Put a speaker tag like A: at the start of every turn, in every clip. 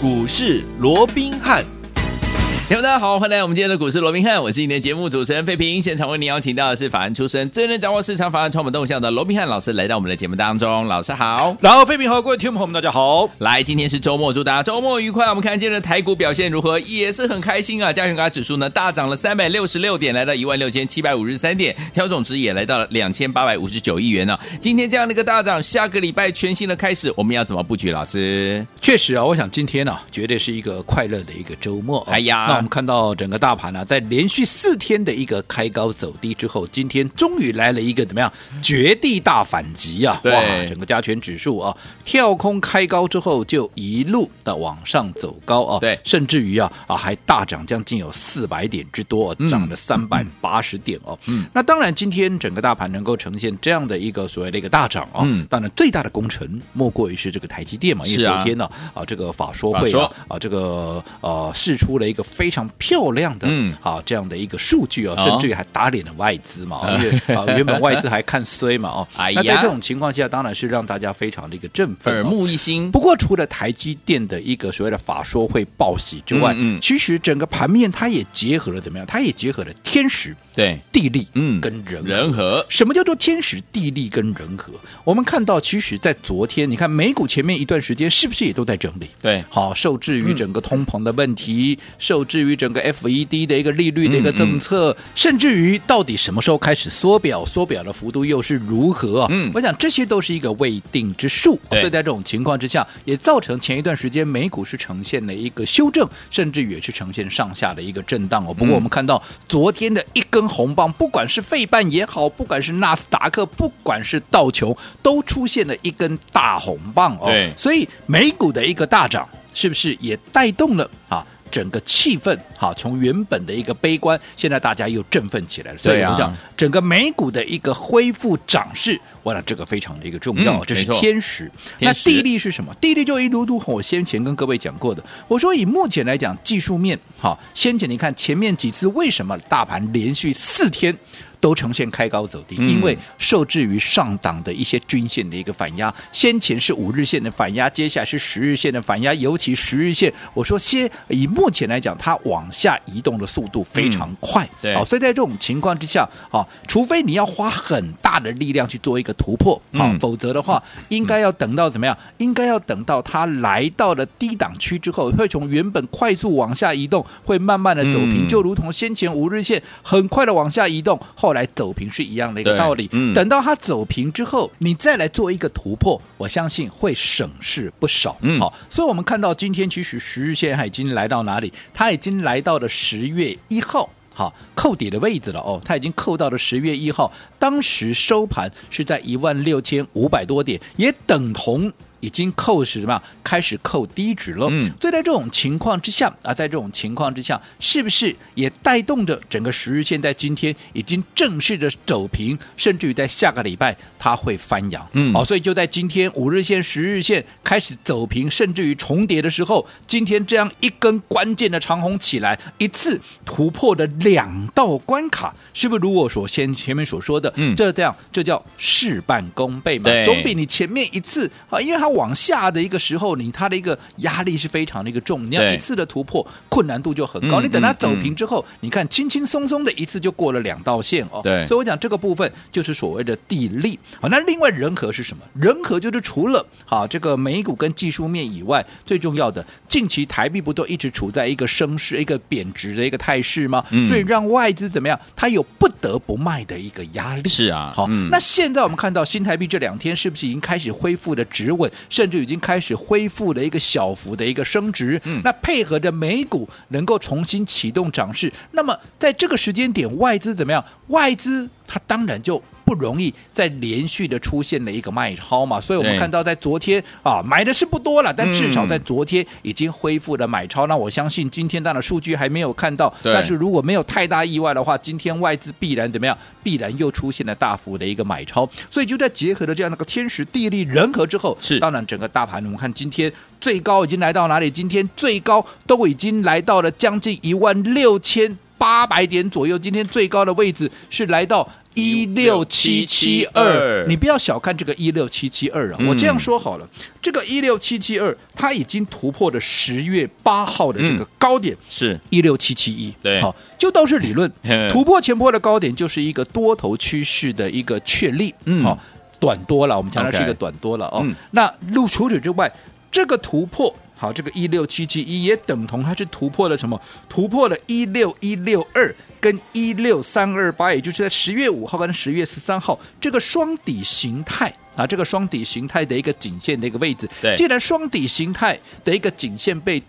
A: 股市罗宾汉。
B: 听众大家好，欢迎来到我们今天的股市罗宾汉，我是今天的节目主持人费平。现场为您邀请到的是法案出身、最能掌握市场法案传播动向的罗宾汉老师，来到我们的节目当中。老师好，
A: 然后，飞平好，各位听众朋友们，大家好。
B: 来，今天是周末，祝大家周末愉快。我们看今天的台股表现如何，也是很开心啊。加权股价指数呢大涨了三百六十六点，来到一万六千七百五十三点，调整值也来到了两千八百五十九亿元呢、今天这样的一个大涨，下个礼拜全新的开始，我们要怎么布局？老师，
A: 确实啊，我想今天呢、啊，绝对是一个快乐的一个周末、啊。
B: 哎呀
A: 那我们看到整个大盘呢、啊，在连续四天的一个开高走低之后，今天终于来了一个怎么样绝地大反击啊！
B: 对
A: 整个加权指数啊，跳空开高之后就一路的往上走高啊，
B: 对
A: 甚至于啊啊还大涨将近有四百点之多、
B: 嗯
A: 涨了三百八十点哦。嗯，那当然，今天整个大盘能够呈现这样的一个所谓的一个大涨啊，
B: 嗯
A: 当然最大的功臣莫过于是这个台积电嘛，因
B: 是
A: 为
B: 啊
A: 昨天呢啊这个法说
B: 法
A: 会
B: 说
A: 啊啊，这个呃，试出了一个非常漂亮的、
B: 嗯
A: 啊这样的一个数据哦，
B: 哦
A: 甚至于还打脸了外资嘛， 哦因为啊原本外资还看衰嘛哦，
B: 哎呀
A: 那在这种情况下，当然是让大家非常的一个振
B: 耳
A: 奋、哦。
B: 目一新，
A: 不过，除了台积电的一个所谓的法说会报喜之外，
B: 嗯嗯
A: 其实整个盘面它也结合了怎么样？它也结合了天时、
B: 对，
A: 地利，
B: 嗯
A: 跟人和
B: 人和
A: 什么叫做天时地利跟人和？我们看到，其实，在昨天，你看美股前面一段时间是不是也都在整理？
B: 对
A: 好，受制
B: 嗯
A: 于整个通膨的问题，受制于整个 FED 的一个利率的一
B: 嗯
A: 个政策，甚至于到底什么时候开始缩表，缩表的幅度又是如何？
B: 嗯
A: 我想这些都是一个未定之数。
B: 对
A: 所以在这种情况之下，也造成前一段时间美股是呈现了一个修正，甚至也是呈现上下的一个震荡哦。不过
B: 嗯
A: 我们看到昨天的一根红棒，不管是费半也好，不管是纳斯达克，不管是道琼，都出现了一根大红棒哦。
B: 对
A: 所以美股的一个大涨，是不是也带动了啊？整个气氛哈，从原本的一个悲观，现在大家又振奋起来了。所以
B: 对啊
A: 我想，整个美股的一个恢复涨势，我想这个非常的一个重要，
B: 嗯
A: 这是
B: 没错
A: 天时。
B: 天
A: 那
B: 时
A: 地利是什么？地利就一如如我先前跟各位讲过的，我说以目前来讲，技术面好，先前你看前面几次为什么大盘连续四天。都呈现开高走低，
B: 嗯
A: 因为受制于上档的一些均线的一个反压，先前是五日线的反压，接下来是十日线的反压，尤其十日线，我说先以目前来讲，它往下移动的速度非常快，
B: 嗯对
A: 好所以在这种情况之下，好、除非你要花很大的力量去做一个突破，好、
B: 嗯
A: 否则的话，应该要等到怎么样？应该要等到它来到了低档区之后，会从原本快速往下移动，会慢慢的走
B: 嗯
A: 平，就如同先前五日线很快的往下移动，后来走平是一样的一个
B: 对
A: 道理。
B: 嗯
A: 等到它走平之后，你再来做一个突破，我相信会省事不少。
B: 嗯
A: 好，所以我们看到今天其实十日线它已经来到哪里？它已经来到了十月一号。好，扣底的位置了哦，它已经扣到了十月一号，当时收盘是在一万六千五百多点，也等同已经扣是什么样？开始扣低值了。
B: 嗯
A: 所以在这种情况之下啊，在这种情况之下，是不是也带动着整个十日线在今天已经正式的走平，甚至于在下个礼拜它会翻扬？
B: 嗯
A: 哦，所以就在今天五日线、十日线开始走平，甚至于重叠的时候，今天这样一根关键的长红起来，一次突破了两道关卡，是不是如我所先前面所说的？
B: 嗯
A: 这这样这叫事半功倍嘛
B: 对，
A: 总比你前面一次啊，因为它往下的一个时候，你它的一个压力是非常的一个重，你要
B: 对
A: 一次的突破困难度就很高。
B: 嗯
A: 你等它
B: 嗯
A: 走
B: 嗯
A: 平之后，你看轻轻松松的一次就过了两道线哦。
B: 对
A: 所以我讲这个部分就是所谓的地利。好，那另外人和是什么？人和就是除了好这个美股跟技术面以外，最重要的近期台币不都一直处在一个升势、一个贬值的一个态势吗？
B: 嗯
A: 所以让外资怎么样？它有不得不卖的一个压力。
B: 是啊，
A: 好，
B: 嗯
A: 那现在我们看到新台币这两天是不是已经开始恢复了止稳，甚至已经开始恢复了一个小幅的一个升值？
B: 嗯
A: 那配合着美股能够重新启动涨势，那么在这个时间点，外资怎么样？外资它当然就。不容易再连续的出现了一个卖超嘛，所以我们
B: 对
A: 看到在昨天啊买的是不多了，但至少
B: 嗯
A: 在昨天已经恢复了买超。那我相信今天当然数据还没有看到，
B: 对
A: 但是如果没有太大意外的话，今天外资必然怎么样？必然又出现了大幅的一个买超，所以就在结合了这样的一个天时地利人和之后，
B: 是
A: 当然整个大盘我们看今天最高已经来到哪里？今天最高都已经来到了将近一万六千。八百点左右，今天最高的位置是来到。一六七七二，你不要小看这个一六七七二啊！我这样说好了，这个一六七七二，它已经突破了十月八号的这个高点，
B: 是
A: 一六七七一，
B: 对，
A: 好，就都是理论
B: 嗯
A: 突破前波的高点就是一个多头趋势的一个确立，
B: 嗯
A: 好，短多了，我们讲它
B: OK
A: 是一个短多了哦
B: 嗯。
A: 那除除此之外，这个突破。好，这个一六七七一也等同它是突破了什么？突破了一六一六二跟一六三二八，也就是在十月五号跟十月十三号这个双底形态啊，这个双底形态的一个颈线的一个位置。
B: 对
A: 既然双底形态的一个颈线被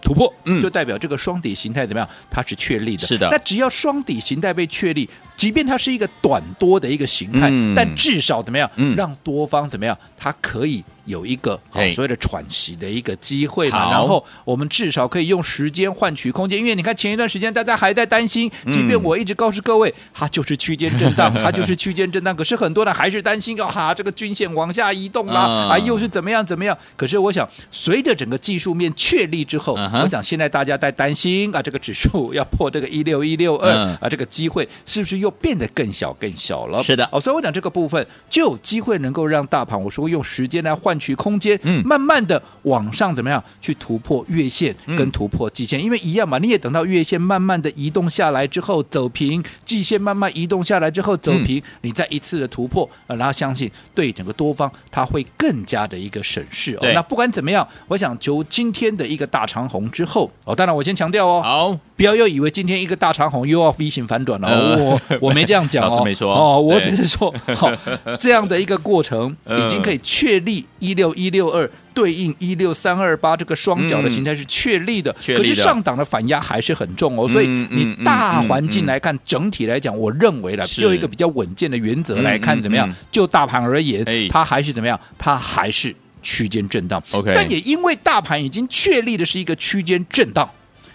A: 突破，
B: 嗯
A: 就代表这个双底形态怎么样？它是确立的。
B: 是的
A: 那只要双底形态被确立，即便它是一个短多的一个形态，
B: 嗯
A: 但至少怎么样、
B: 嗯
A: 让多方怎么样，它可以有一个好
B: 嘿
A: 所谓的喘息的一个机会嘛。
B: 好
A: 然后我们至少可以用时间换取空间，因为你看前一段时间大家还在担心，
B: 嗯
A: 即便我一直告诉各位，它就是区间震荡，它就是区间震荡，可是很多人还是担心，哦哈、这个均线往下移动 啦，
B: 嗯
A: 啊，又是怎么样怎么样。可是我想，随着整个技术面确立之后，
B: 嗯哼
A: 我想现在大家在担心啊，这个指数要破这个一六一六二
B: 嗯
A: 啊，这个机会是不是又变得更小更小了？
B: 是的
A: 哦，所以我讲这个部分就有机会能够让大盘，我说用时间来换取空间，
B: 嗯
A: 慢慢的往上怎么样去突破月线
B: 嗯
A: 跟突破季线，因为一样嘛，你也等到月线慢慢的移动下来之后走平，季线慢慢移动下来之后走
B: 嗯
A: 平，你再一次的突破，呃然后相信对整个多方它会更加的一个审视哦
B: 对。
A: 那不管怎么样，我想求今天的一个大长红之后哦，当然我先强调哦，
B: 好，
A: 不要又以为今天一个大长虹又要 V 型反转了、哦，
B: 呃
A: 我我没这样讲哦，
B: 老师没说
A: 哦，我
B: 对
A: 只是说， 好、这样的一个过程
B: 嗯
A: 已经可以确立一六一六二对应一六三二八这个双脚的形态是确立的，
B: 嗯确
A: 可
B: 立的
A: 是上档的反压还是很重哦，所以
B: 嗯嗯
A: 你
B: 嗯
A: 大
B: 嗯
A: 环境
B: 嗯
A: 来看，整体来讲，我认为了
B: 是
A: 就一个比较稳健的原则来
B: 嗯嗯
A: 看怎么样，
B: 嗯
A: 就大盘而言
B: 哎，
A: 它还是怎么样，它还是区间震荡。
B: OK
A: 但也因为大盘已经确立的是一个区间震荡。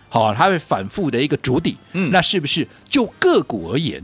A: 好、它会反复的一个筑底，
B: 嗯
A: 那是不是就个股而言，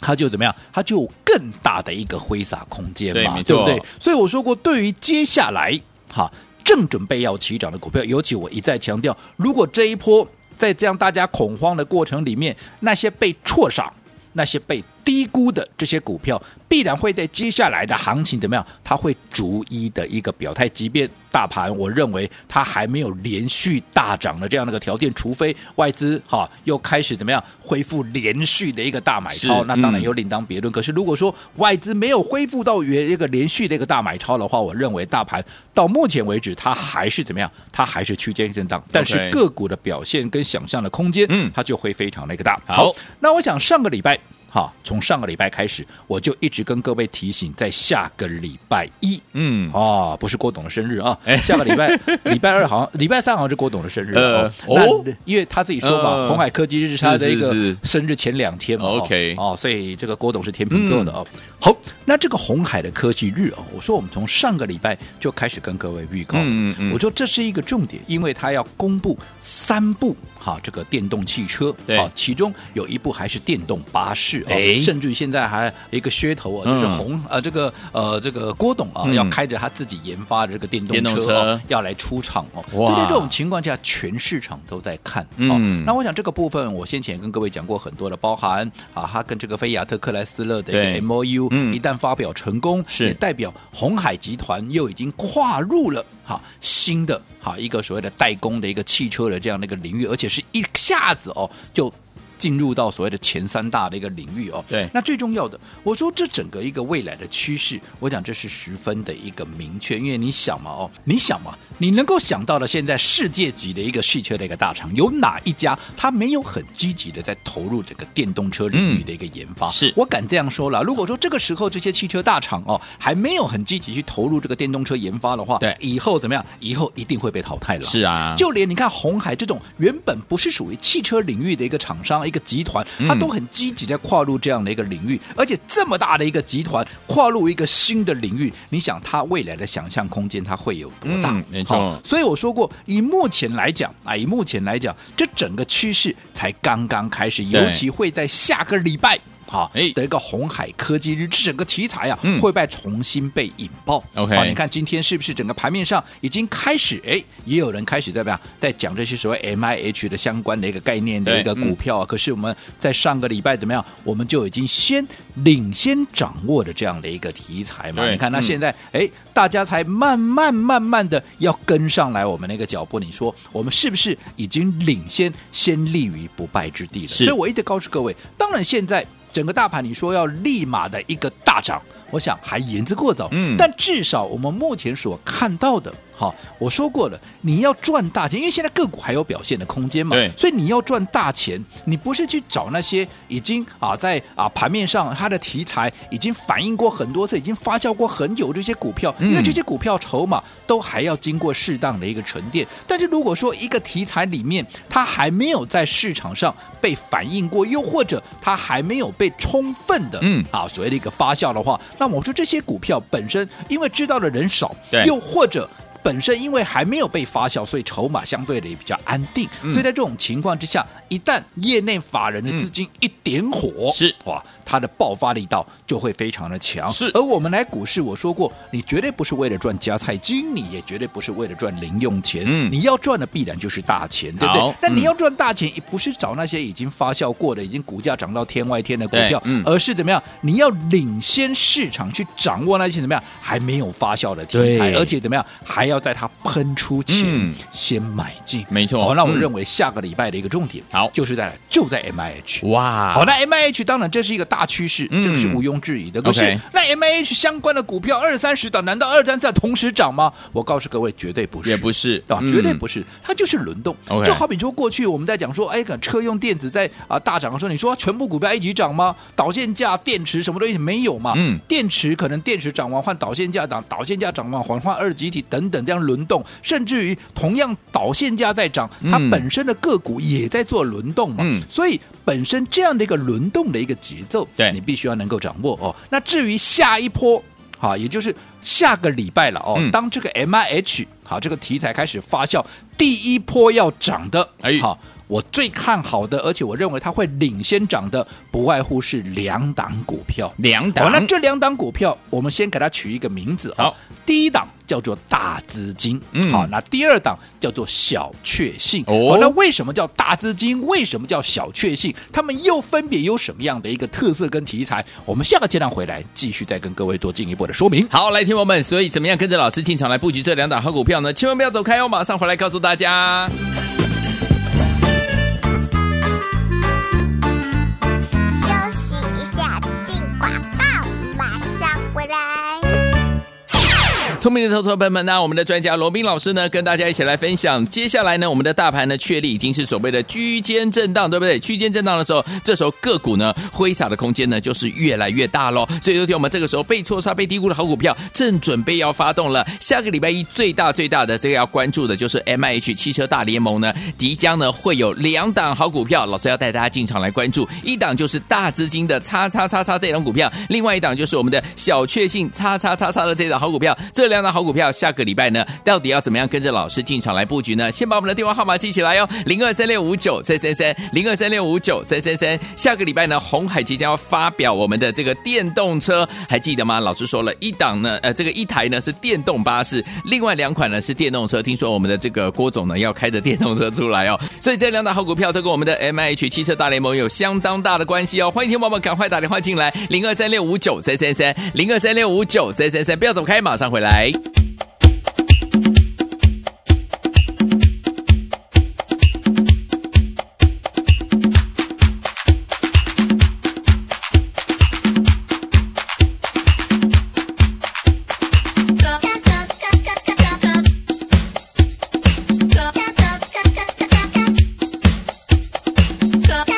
A: 它就怎么样？它就有更大的一个挥洒空间
B: 对
A: 嘛，
B: 没
A: 对
B: 错
A: 不对？所以我说过，对于接下来哈正准备要起涨的股票，尤其我一再强调，如果这一波在这样大家恐慌的过程里面，那些被错杀。那些被低估的这些股票，必然会在接下来的行情怎么样？它会逐一的一个表态。即便大盘，我认为它还没有连续大涨的这样的一个条件，除非外资哈又开始怎么样恢复连续的一个大买超
B: 是，
A: 那当然
B: 嗯
A: 有另当别论。可是如果说外资没有恢复到原一个连续的一个大买超的话，我认为大盘到目前为止它还是怎么样？它还是区间震荡，但是
B: OK
A: 个股的表现跟想象的空间，
B: 嗯
A: 它就会非常的一个大。
B: 好
A: 那我想上个礼拜。好，从上个礼拜开始，我就一直跟各位提醒，在下个礼拜一，
B: 嗯，哎
A: 哦，不是郭董的生日啊，下个礼拜 礼拜二好像礼拜三好像是郭董的生日
B: 呃
A: 哦。
B: 哦
A: 那因为他自己说嘛，
B: 呃
A: 红海科技日是他的一
B: 是
A: 个
B: 是是
A: 生日前两天嘛哦
B: OK 嗯
A: 哦，所以这个郭董是天秤座的哦。好，那这个红海的科技日哦，我说我们从上个礼拜就开始跟各位预告，
B: 嗯嗯嗯
A: 我说这是一个重点，因为他要公布三部哈这个电动汽车，
B: 对
A: 哦其中有一部还是电动巴士哦
B: 哎，
A: 甚至于现在还有一个噱头啊，就是
B: 嗯
A: 红呃这个呃这个郭董啊
B: 嗯
A: 要开着他自己研发的这个电动
B: 电动
A: 车
B: 车
A: 哦要来出厂哦，
B: 哇
A: 所以在这种情况下，全市场都在看，
B: 嗯
A: 哦，那我想这个部分我先前也跟各位讲过很多的，包含啊他跟这个菲亚特克莱斯勒的一
B: 对
A: 个 MOU，
B: 嗯
A: 一旦发表成功，
B: 是
A: 也代表红海集团又已经跨入了哈新的哈一个所谓的代工的一个汽车的这样的一个领域，而且是一下子哦就。进入到所谓的前三大的一个领域哦，
B: 对
A: 那最重要的，我说这整个一个未来的趋势，我讲这是十分的一个明确，因为你想嘛，哦，你想嘛，你能够想到的现在世界级的一个汽车的一个大厂，有哪一家它没有很积极的在投入整个电动车领域的一个研发？
B: 嗯是
A: 我敢这样说了。如果说这个时候这些汽车大厂哦还没有很积极去投入这个电动车研发的话，
B: 对
A: 以后怎么样？以后一定会被淘汰了。
B: 是啊，
A: 就连你看红海这种原本不是属于汽车领域的一个厂商、一个集团，
B: 嗯
A: 它都很积极在跨入这样的一个领域，而且这么大的一个集团跨入一个新的领域，你想它未来的想象空间它会有多大？
B: 嗯没错
A: 好所以我说过，以目前来讲啊，以目前来讲，这整个趋势才刚刚开始，
B: 对
A: 尤其会在下个礼拜。哈
B: 哎
A: 的一个红海科技日，这整个题材啊
B: 嗯
A: 会被重新被引爆。
B: OK
A: 好你看今天是不是整个盘面上已经开始哎，也有人开始在怎么样在讲这些所谓 MIH 的相关的一个概念的
B: 对
A: 一个
B: 嗯
A: 股票啊？可是我们在上个礼拜怎么样，我们就已经先领先掌握的这样的一个题材嘛。
B: 对
A: 你看那
B: 嗯
A: 现现在哎，大家才慢慢慢慢的要跟上来我们那个脚步。你说我们是不是已经领先，先立于不败之地了？
B: 是
A: 所以我一直告诉各位，当然现在整个大盘你说要立马的一个大涨，我想还言之过早。
B: 嗯
A: 但至少我们目前所看到的。好，我说过了，你要赚大钱，因为现在个股还有表现的空间嘛
B: 对，
A: 所以你要赚大钱，你不是去找那些已经啊在啊盘面上它的题材已经反映过很多次，已经发酵过很久这些股票，
B: 嗯
A: 因为这些股票筹码都还要经过适当的一个沉淀。但是如果说一个题材里面它还没有在市场上被反映过，又或者它还没有被充分的
B: 嗯
A: 啊所谓的一个发酵的话，那我说这些股票本身因为知道的人少
B: 对，
A: 又或者。本身因为还没有被发酵，所以筹码相对的也比较安定，
B: 嗯
A: 所以在这种情况之下，一旦业内法人的资金一点火，
B: 是
A: 哇，它的爆发力道就会非常的强。
B: 是
A: 而我们来股市，我说过，你绝对不是为了赚加菜金，你也绝对不是为了赚零用钱，
B: 嗯
A: 你要赚的必然就是大钱，对不
B: 好
A: 对？那
B: 嗯
A: 你要赚大钱，也不是找那些已经发酵过的、已经股价涨到天外天的股
B: 对
A: 票，
B: 嗯
A: 而是怎么样？你要领先市场去掌握那些怎么样还没有发酵的题材，
B: 对
A: 而且怎么样还要在它喷出前
B: 嗯
A: 先买进。
B: 没错
A: 好，那我
B: 嗯
A: 认为下个礼拜的一个重点，
B: 好
A: 就是在就在 MIH。
B: 哇，
A: 好，那 M I H 当然这是一个大趋势，
B: 嗯
A: 这个是毋庸置疑的。可是
B: OK
A: 那 M I H 相关的股票二三十档，难道二三在同时涨吗？我告诉各位，绝对不是，
B: 也不是
A: 啊，
B: 嗯
A: 绝对不是，它就是轮动。
B: OK
A: 就好比说过去我们在讲说，哎，可车用电子在啊大涨的时候，你说全部股票一起涨吗？导线价、电池什么东西没有嘛？
B: 嗯，
A: 电池可能电池涨完换导线价涨，导线价涨完换换二极体等等这样轮动，甚至于同样导线价在涨，它
B: 嗯
A: 本身的个股也在做轮动嘛。
B: 嗯
A: 所以本身这样的一个轮动的一个节奏，
B: 对
A: 你必须要能够掌握哦。那至于下一波，好，也就是下个礼拜了哦，
B: 嗯
A: 当这个 M I H 好这个题材开始发酵，第一波要涨的，
B: 哎
A: 好。我最看好的，而且我认为它会领先涨的，不外乎是两档股票。
B: 两
A: 好、
B: 档，
A: 那这两档股票，我们先给它取一个名字、啊
B: 好，
A: 第一档叫做大资金，
B: 嗯
A: 好，那第二档叫做小确幸。
B: 哦
A: 好那为什么叫大资金？为什么叫小确幸？他们又分别有什么样的一个特色跟题材？我们下个阶段回来继续再跟各位做进一步的说明。
B: 好，来，听我们，所以怎么样跟着老师进场来布局这两档好股票呢？千万不要走开哦，马上回来告诉大家。
C: 休息一下，进广告，马上回来。
B: 聪明的投资者朋友们那我们的专家罗斌老师呢，跟大家一起来分享。接下来呢，我们的大盘呢，确立已经是所谓的区间震荡，对不对？区间震荡的时候，这时候个股呢，挥洒的空间呢，就是越来越大喽。所以，昨天我们这个时候被错杀、被低估的好股票，正准备要发动了。下个礼拜一最大最大的这个要关注的就是 M I H 汽车大联盟呢，即将呢会有两档好股票，老师要带大家进场来关注。一档就是大资金的叉叉叉叉这档股票，另外一档就是我们的小确幸叉叉叉叉的这档好股票。这两档好股票下个礼拜呢，到底要怎么样跟着老师进场来布局呢？先把我们的电话号码记起来哦，零二三六五九三三三，零二三六五九三三三。下个礼拜呢，红海即将要发表我们的这个电动车，还记得吗？老师说了一档呢，呃，这个一台呢是电动巴士，另外两款呢是电动车。听说我们的这个郭总呢要开着电动车出来哦，所以这两档好股票都跟我们的 M I H 汽车大联盟有相当大的关系哦。欢迎听众朋友们赶快打电话进来，零二三六五九三三三，零二三六五九三三三，不要走开，马上回来。
D: Go.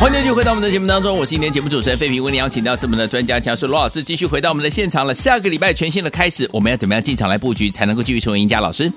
B: 欢迎继续回到我们的节目当中，我是今天节目主持人费平，为您邀请到是我们的专家强叔罗老师，继续回到我们的现场了。下个礼拜全新的开始，我们要怎么样进场来布局，才能够继续成为赢家？老师，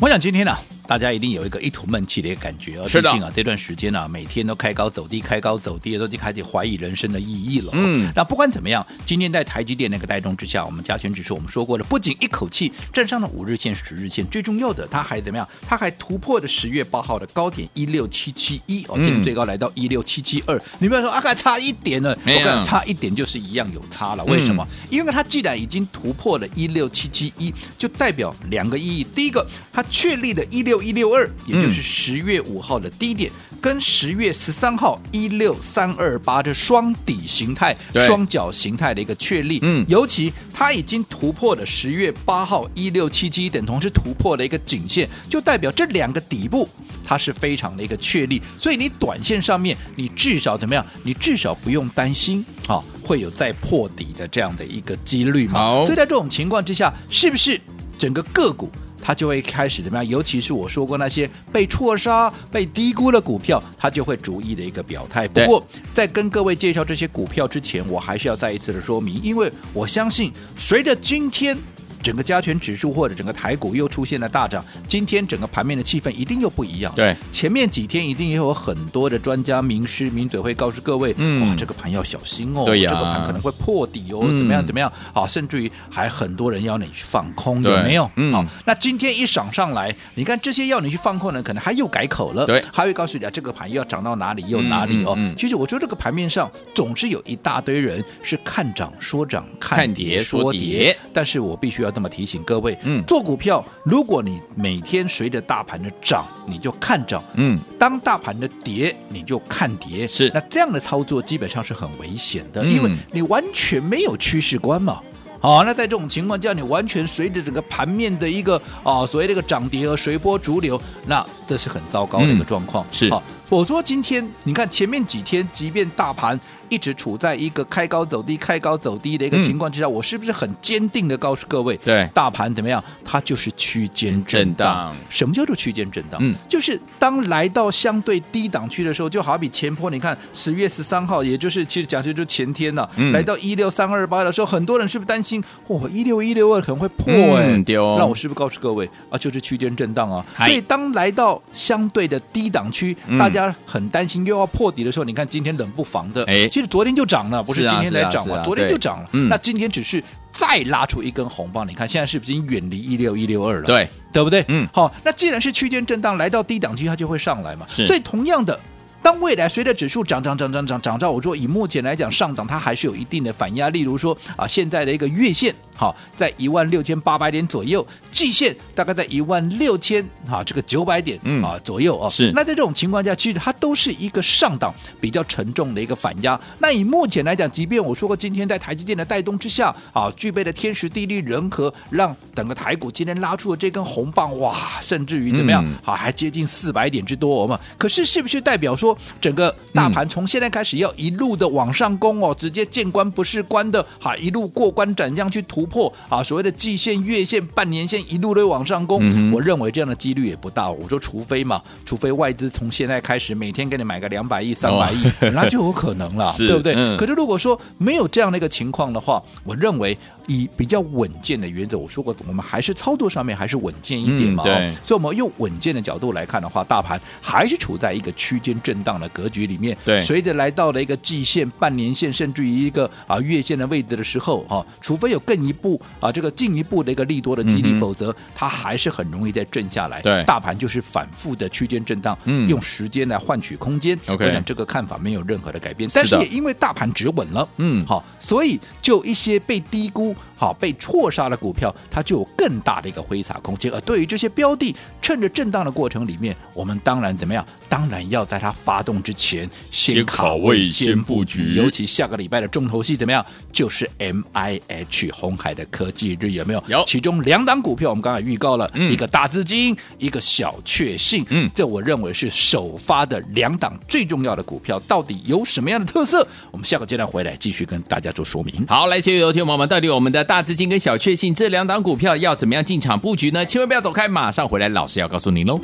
A: 我想今天呢、大家一定有一个一吐闷气的一个感觉哦。
B: 是的
A: 最近啊，这段时间啊，每天都开高走低，开高走低，都已经开始怀疑人生的意义了、哦
B: 嗯，
A: 那不管怎么样，今天在台积电那个带动之下，我们加权指数我们说过了，不仅一口气站上了五日线、十日线，最重要的它还怎么样？它还突破了十月八号的高点一六七七一哦，今天
B: 嗯
A: 最高来到一六七七二。你不要说啊，还差一点呢，
B: 没有
A: 我跟你差一点就是一样有差了。为什么？因为它既然已经突破了一六七七一，就代表两个意义：第一个，它确立了一六一六二，也就是十月五号的低点，跟十月十三号一六三二八这双底形态、
B: 对
A: 双脚形态的一个确立。
B: 嗯
A: 尤其它已经突破了十月八号一六七七，等同是突破了一个颈线，就代表这两个底部它是非常的一个确立，所以你短线上面你至少怎么样？你至少不用担心啊、会有再破底的这样的一个几率嘛。
B: 好
A: 所以在这种情况之下，是不是整个个股？它就会开始怎么样？尤其是我说过那些被错杀、被低估的股票，它就会逐一的一个表态。不
B: 对
A: 过在跟各位介绍这些股票之前，我还是要再一次的说明，因为我相信随着今天。整个加权指数或者整个台股又出现了大涨，今天整个盘面的气氛一定又不一样。
B: 对，
A: 前面几天一定也有很多的专家、名师、名嘴会告诉各位，
B: 嗯
A: 哇，这个盘要小心哦，
B: 对呀
A: 这个盘可能会破底哦，
B: 嗯
A: 怎么样怎么样啊？甚至于还很多人要你去放空，
B: 对
A: 有没有？
B: 嗯
A: 好，那今天一涨上来，你看这些要你去放空的，可能还又改口了，
B: 对
A: 还会告诉你啊，这个盘要涨到哪里又哪里哦。
B: 嗯嗯嗯
A: 其实我觉得这个盘面上总是有一大堆人是看涨说涨，
B: 看跌说跌
A: 但是我必须要这么提醒各位，
B: 嗯
A: 做股票，如果你每天随着大盘的涨，你就看涨，
B: 嗯，
A: 当大盘的跌，你就看跌，
B: 是
A: 那这样的操作基本上是很危险的，
B: 嗯
A: 因为你完全没有趋势观嘛。好、那在这种情况下，你完全随着整个盘面的一个啊、所谓这个涨跌和随波逐流，那这是很糟糕的一个
B: 嗯
A: 状况。
B: 是
A: 好、我说今天你看前面几天，即便大盘一直处在一个开高走低、开高走低的一个
B: 嗯
A: 情况之下，我是不是很坚定的告诉各位，
B: 对
A: 大盘怎么样？它就是区间震
B: 震
A: 荡
B: 荡。
A: 什么叫做区间震荡？
B: 嗯
A: 就是当来到相对低档区的时候，就好比前坡，你看十月十三号，也就是其实讲就是前天呢、
B: 嗯
A: 来到一六三二八的时候，很多人是不是担心，嚯，一六一六二可能会破
B: 嗯
A: 哎、
B: 对哦
A: 那我是不是告诉各位啊，就是区间震荡啊？
B: 嗨
A: 所以当来到相对的低档区，
B: 嗯
A: 大家很担心又要破底的时候，你看今天冷不防的，
B: 哎
A: 其实昨天就涨了，不是
B: 是啊
A: 今天才涨
B: 是啊
A: 嘛，
B: 是啊
A: 昨天就涨了，
B: 对嗯
A: 那今天只是。再拉出一根红棒，你看现在是不是已经远离一六一六二了？
B: 对，
A: 对不对？
B: 嗯
A: 好，那既然是区间震荡，来到低档区它就会上来嘛。
B: 是
A: 所以同样的。当未来随着指数涨涨涨涨涨涨到我说以目前来讲上涨，它还是有一定的反压。例如说啊，现在的一个月线好在一万六千八百点左右，季线大概在一万六千啊这个九百点、
B: 嗯
A: 啊左右哦。
B: 是
A: 那在这种情况下，其实它都是一个上档比较沉重的一个反压。那以目前来讲，即便我说过今天在台积电的带动之下啊，具备了天时地利人和，让整个台股今天拉出了这根红棒，哇，甚至于怎么样、
B: 嗯
A: 啊，还接近四百点之多哦嘛。可是是不是代表说整个大
B: 嗯
A: 盘从现在开始要一路的往上攻哦，直接见关不是关的，哈、一路过关斩将去突破啊，所谓的季线、月线、半年线一路都往上攻。
B: 嗯哼
A: 我认为这样的几率也不大。哦我说除非嘛，除非外资从现在开始每天给你买个两百亿、三百亿，那就有可能了，
B: 哦 是
A: 对不对？
B: 嗯
A: 可是如果说没有这样的一个情况的话，我认为以比较稳健的原则，我说过，我们还是操作上面还是稳健一点嘛、
B: 嗯
A: 哦
B: 对
A: 所以我们用稳健的角度来看的话，大盘还是处在一个区间震荡的格局里面。
B: 对
A: 随着来到了一个季线、半年线，甚至于一个啊月线的位置的时候，哈、除非有更一步啊这个进一步的一个利多的激励，
B: 嗯哼
A: 否则它还是很容易再震下来。
B: 对
A: 大盘就是反复的区间震荡，
B: 嗯
A: 用时间来换取空间。
B: OK
A: 我想这个看法没有任何的改变，
B: 是
A: 但
B: 的
A: 是也因为大盘止稳了，
B: 嗯
A: 好，所以就一些被低估、好被错杀的股票，它就有更大的一个挥洒空间。而对于这些标的，趁着震荡的过程里面，我们当然怎么样？当然要在它发动之前
B: 先卡位先布局
A: 尤其下个礼拜的重头戏怎么样？就是 M I H 红海的科技日有没有？
B: 有
A: 其中两档股票我们刚才预告了，
B: 嗯
A: 一个大资金，一个小确幸。
B: 嗯
A: 这我认为是首发的两档最重要的股票，到底有什么样的特色？我们下个阶段回来继续跟大家做说明。
B: 好，来，所有听众朋友们，到底我们的大资金跟小确幸这两档股票要怎么样进场布局呢？千万不要走开，马上回来，老师要告诉您哦喽。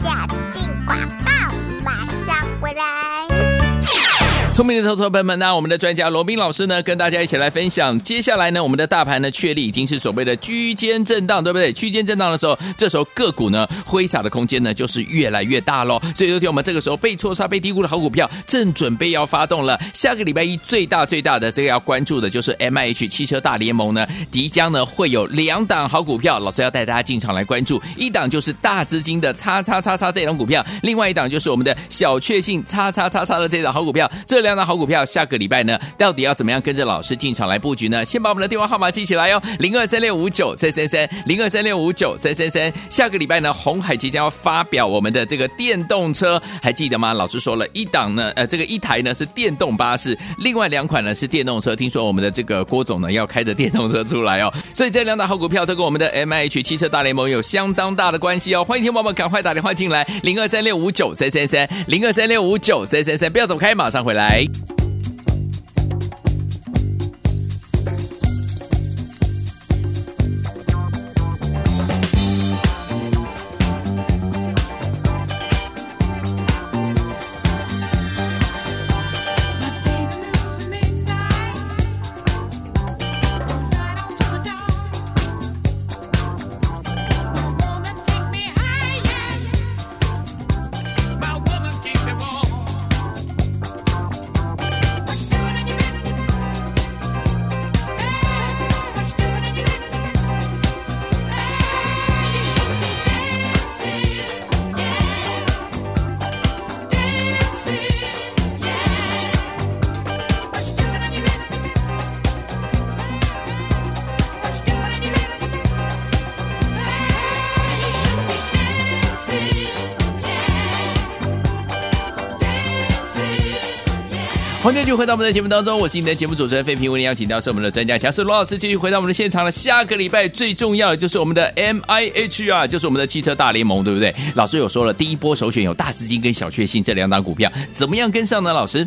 C: 休
B: 聪明的投资者朋友们，那我们的专家罗斌老师呢，跟大家一起来分享。接下来呢，我们的大盘呢确立已经是所谓的区间震荡，对不对？区间震荡的时候，这时候个股呢挥洒的空间呢就是越来越大喽。所以，昨天我们这个时候被错杀、被低估的好股票，正准备要发动了。下个礼拜一最大最大的这个要关注的就是 M I H 汽车大联盟呢，即将呢会有两档好股票，老师要带大家进场来关注。一档就是大资金的叉叉叉叉这档股票，另外一档就是我们的小确幸叉叉叉叉的这档好股票。这两档好股票下个礼拜呢，到底要怎么样跟着老师进场来布局呢？先把我们的电话号码记起来哟，零二三六五九三三三，零二三六五九三三三。下个礼拜呢，红海即将要发表我们的这个电动车，还记得吗？老师说了一档呢，呃，这个一台呢是电动巴士，另外两款呢是电动车。听说我们的这个郭总呢要开着电动车出来哦，所以这两档好股票都跟我们的 M H 汽车大联盟有相当大的关系哦。欢迎听众朋友们赶快打电话进来，零二三六五九三三三，零二三六五九三三三，不要走开，马上回来。欢迎继续回到我们的节目当中，我是你的节目主持人费平，为您邀请到是我们的专家强势罗老师，继续回到我们的现场了。下个礼拜最重要的就是我们的 M I H 啊，就是我们的汽车大联盟，对不对？老师有说了，第一波首选有大资金跟小确幸这两档股票，怎么样跟上呢？老师，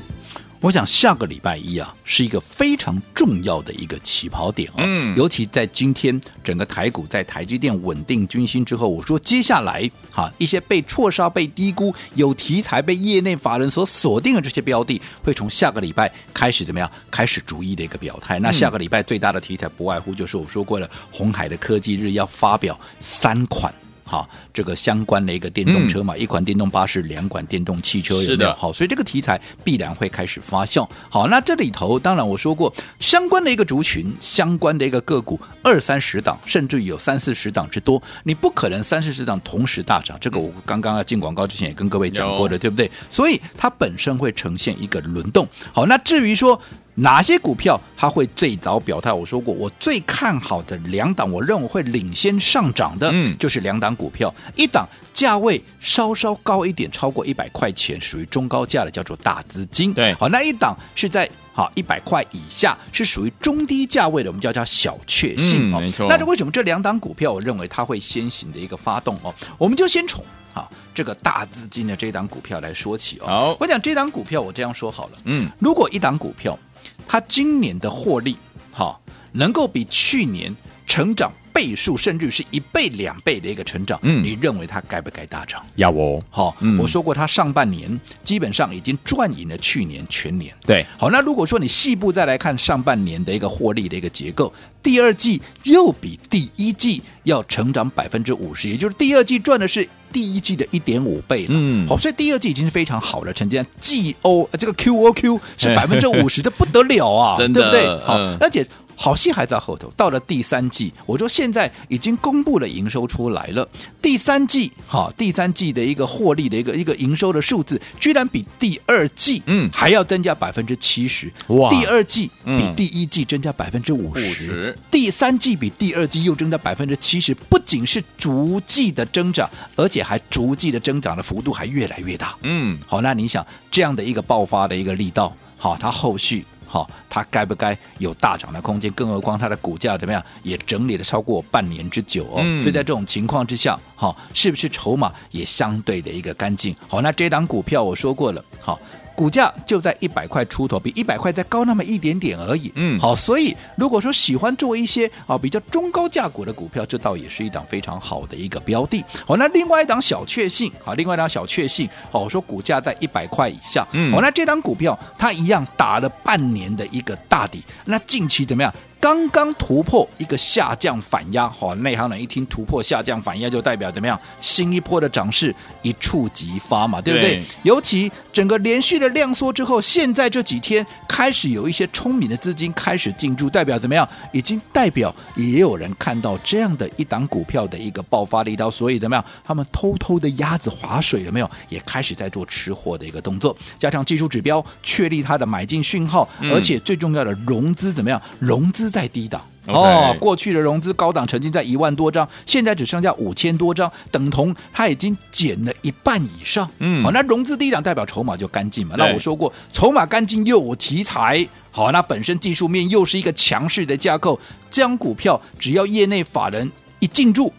A: 我想下个礼拜一啊，是一个非常重要的一个起跑点哦。
B: 嗯
A: 尤其在今天整个台股在台积电稳定军心之后，我说接下来哈、一些被错杀、被低估、有题材、被业内法人所锁定的这些标的，会从下个礼拜开始怎么样？嗯开始逐一的一个表态。那下个礼拜最大的题材不外乎就是我说过的红海的科技日要发表三款。哈，这个相关的一个电动车嘛，一款电动巴士，两款电动汽车，有没有
B: 是的
A: 好，所以这个题材必然会开始发酵。好，那这里头当然我说过，相关的一个族群，相关的一个个股，二三十档，甚至于有三四十档之多，你不可能三四十档同时大涨。这个我刚刚要进广告之前也跟各位讲过的，对不对？所以它本身会呈现一个轮动。好，那至于说。哪些股票它会最早表态？我说过，我最看好的两档，我认为会领先上涨的，
B: 嗯
A: 就是两档股票，一档价位稍稍高一点，超过一百块钱，属于中高价的，叫做大资金。
B: 对
A: 好，那一档是在。好，一百块以下是属于中低价位的，我们叫它小确幸、
B: 嗯
A: 哦。
B: 没错
A: 那这为什么这两档股票，我认为它会先行的一个发动哦？我们就先从好这个大资金的这档股票来说起哦。
B: 好
A: 我讲这档股票，我这样说好了，
B: 嗯，
A: 如果一档股票它今年的获利好、能够比去年成长倍数，甚至是一倍两倍的一个成长，
B: 嗯
A: 你认为它该不该大涨？
B: 要哦，
A: 好、
B: 嗯
A: 我说过它上半年基本上已经赚赢了去年全年。
B: 对，
A: 好，那如果说你细部再来看上半年的一个获利的一个结构，第二季又比第一季要成长百分之五十，也就是第二季赚的是第一季的一点五倍了。
B: 嗯
A: 好，所以第二季已经是非常好了，成绩单 G O 呃这个 Q O Q 是百分之五十，这不得了 啊，
B: 真
A: 对
B: 的
A: 不对？好，
B: 嗯
A: 而且。好戏还在后头，到了第三季，我说现在已经公布了营收出来了。第三季，哈，第三季的一个获利的一个一个营收的数字，居然比第二季，
B: 嗯
A: 还要增加百分之七十。
B: 哇
A: 第二季比
B: 嗯
A: 第一季增加百分之五
B: 50
A: 十，第三季比第二季又增加百分之七十，不仅是逐季的增长，而且还逐季的增长的幅度还越来越大。
B: 嗯，
A: 好，那你想这样的一个爆发的一个力道，好，它后续。好，它该不该有大涨的空间？更何况它的股价怎么样，也整理了超过半年之久哦。
B: 嗯
A: 所以在这种情况之下，好，是不是筹码也相对的一个干净？好，那这档股票我说过了，好，股价就在一百块出头，比一百块再高那么一点点而已。
B: 嗯
A: 好，所以如果说喜欢做一些啊比较中高价股的股票，这倒也是一档非常好的一个标的。好，那另外一档小确幸，好，另外一档小确幸，好，我说股价在一百块以下，
B: 嗯
A: 好，那这档股票它一样打了半年的一个大底，那近期怎么样？刚刚突破一个下降反压，好，内行人一听突破下降反压，就代表怎么样？新一波的涨势一触即发嘛，对不对？
B: 对
A: 尤其整个连续的量缩之后，现在这几天开始有一些聪明的资金开始进驻，代表怎么样？已经代表也有人看到这样的一档股票的一个爆发力道，所以怎么样？他们偷偷的鸭子划水有没有？也开始在做吃货的一个动作，加上技术指标确立它的买进讯号，
B: 嗯
A: 而且最重要的融资怎么样？融资在低档。
B: OK
A: 哦，过去的融资高档曾经在一万多张，现在只剩下五千多张，等同它已经减了一半以上。
B: 嗯
A: 好、那融资低档代表筹码就干净嘛。那
B: 对
A: 我说过，筹码干净又有题材，好，那本身技术面又是一个强势的架构，这样股票只要业内法人一进驻。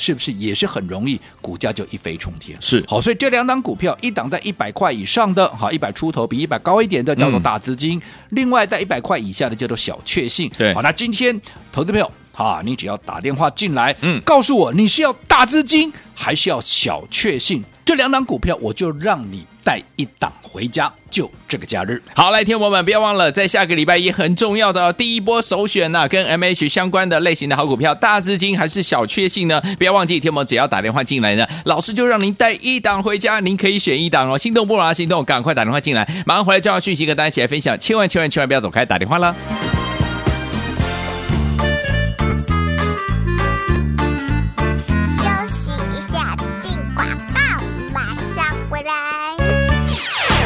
A: 是不是也是很容易，股价就一飞冲天？
B: 是
A: 好，所以这两档股票，一档在一百块以上的，好一百出头，比一百高一点的叫做
B: 嗯
A: 大资金；另外在一百块以下的叫做小确幸。
B: 对
A: 好，那今天投资朋友啊，你只要打电话进来，
B: 嗯
A: 告诉我你是要大资金还是要小确幸，这两档股票我就让你带一档回家，就这个假日。
B: 好，来，天友们，不要忘了，在下个礼拜一很重要的哦第一波首选呢、跟 M H 相关的类型的好股票，大资金还是小确幸呢？不要忘记，天友们只要打电话进来呢，老师就让您带一档回家，您可以选一档哦。心动不如拿行动，赶快打电话进来，马上回来就要讯息跟大家一起来分享，千万千万千万不要走开，打电话啦。
C: 休息一下，进广告，马上回来。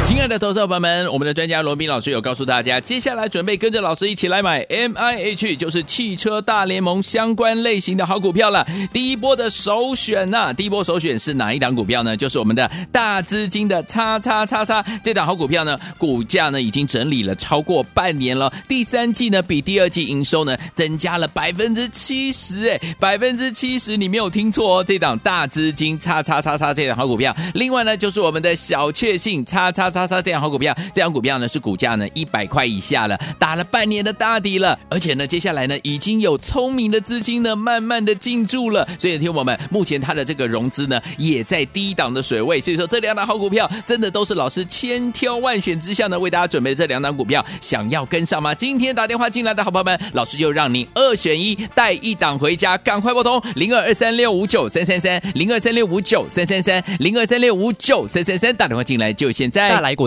B: 亲爱的投资者朋友们，我们的专家罗斌老师有告诉大家，接下来准备跟着老师一起来买 M I H，就是汽车大联盟相关类型的好股票了。第一波的首选呐、第一波首选是哪一档股票呢？就是我们的大资金的叉叉叉叉这档好股票呢，股价呢已经整理了超过半年了，第三季呢比第二季营收呢增加了百分之七十，哎，百分之七十，你没有听错哦，这档大资金叉叉叉叉这档好股票。另外呢，就是我们的小确幸叉叉叉叉这档好股票，这档股票呢是股价呢一百块以下了，打了半年的大底了，而且呢，接下来呢已经有聪明的资金呢慢慢的进驻了，所以听我们目前它的这个融资呢也在低档的水位，所以说这两档好股票真的都是老师千挑万选之下呢为大家准备这两档股票，想要跟上吗？今天打电话进来的好朋友们，老师就让您二选一，带一档回家，赶快拨通零二二三六五九三三三零二三六五九三三三零二三六五九三三三，打电话进来就现在。
D: 大来国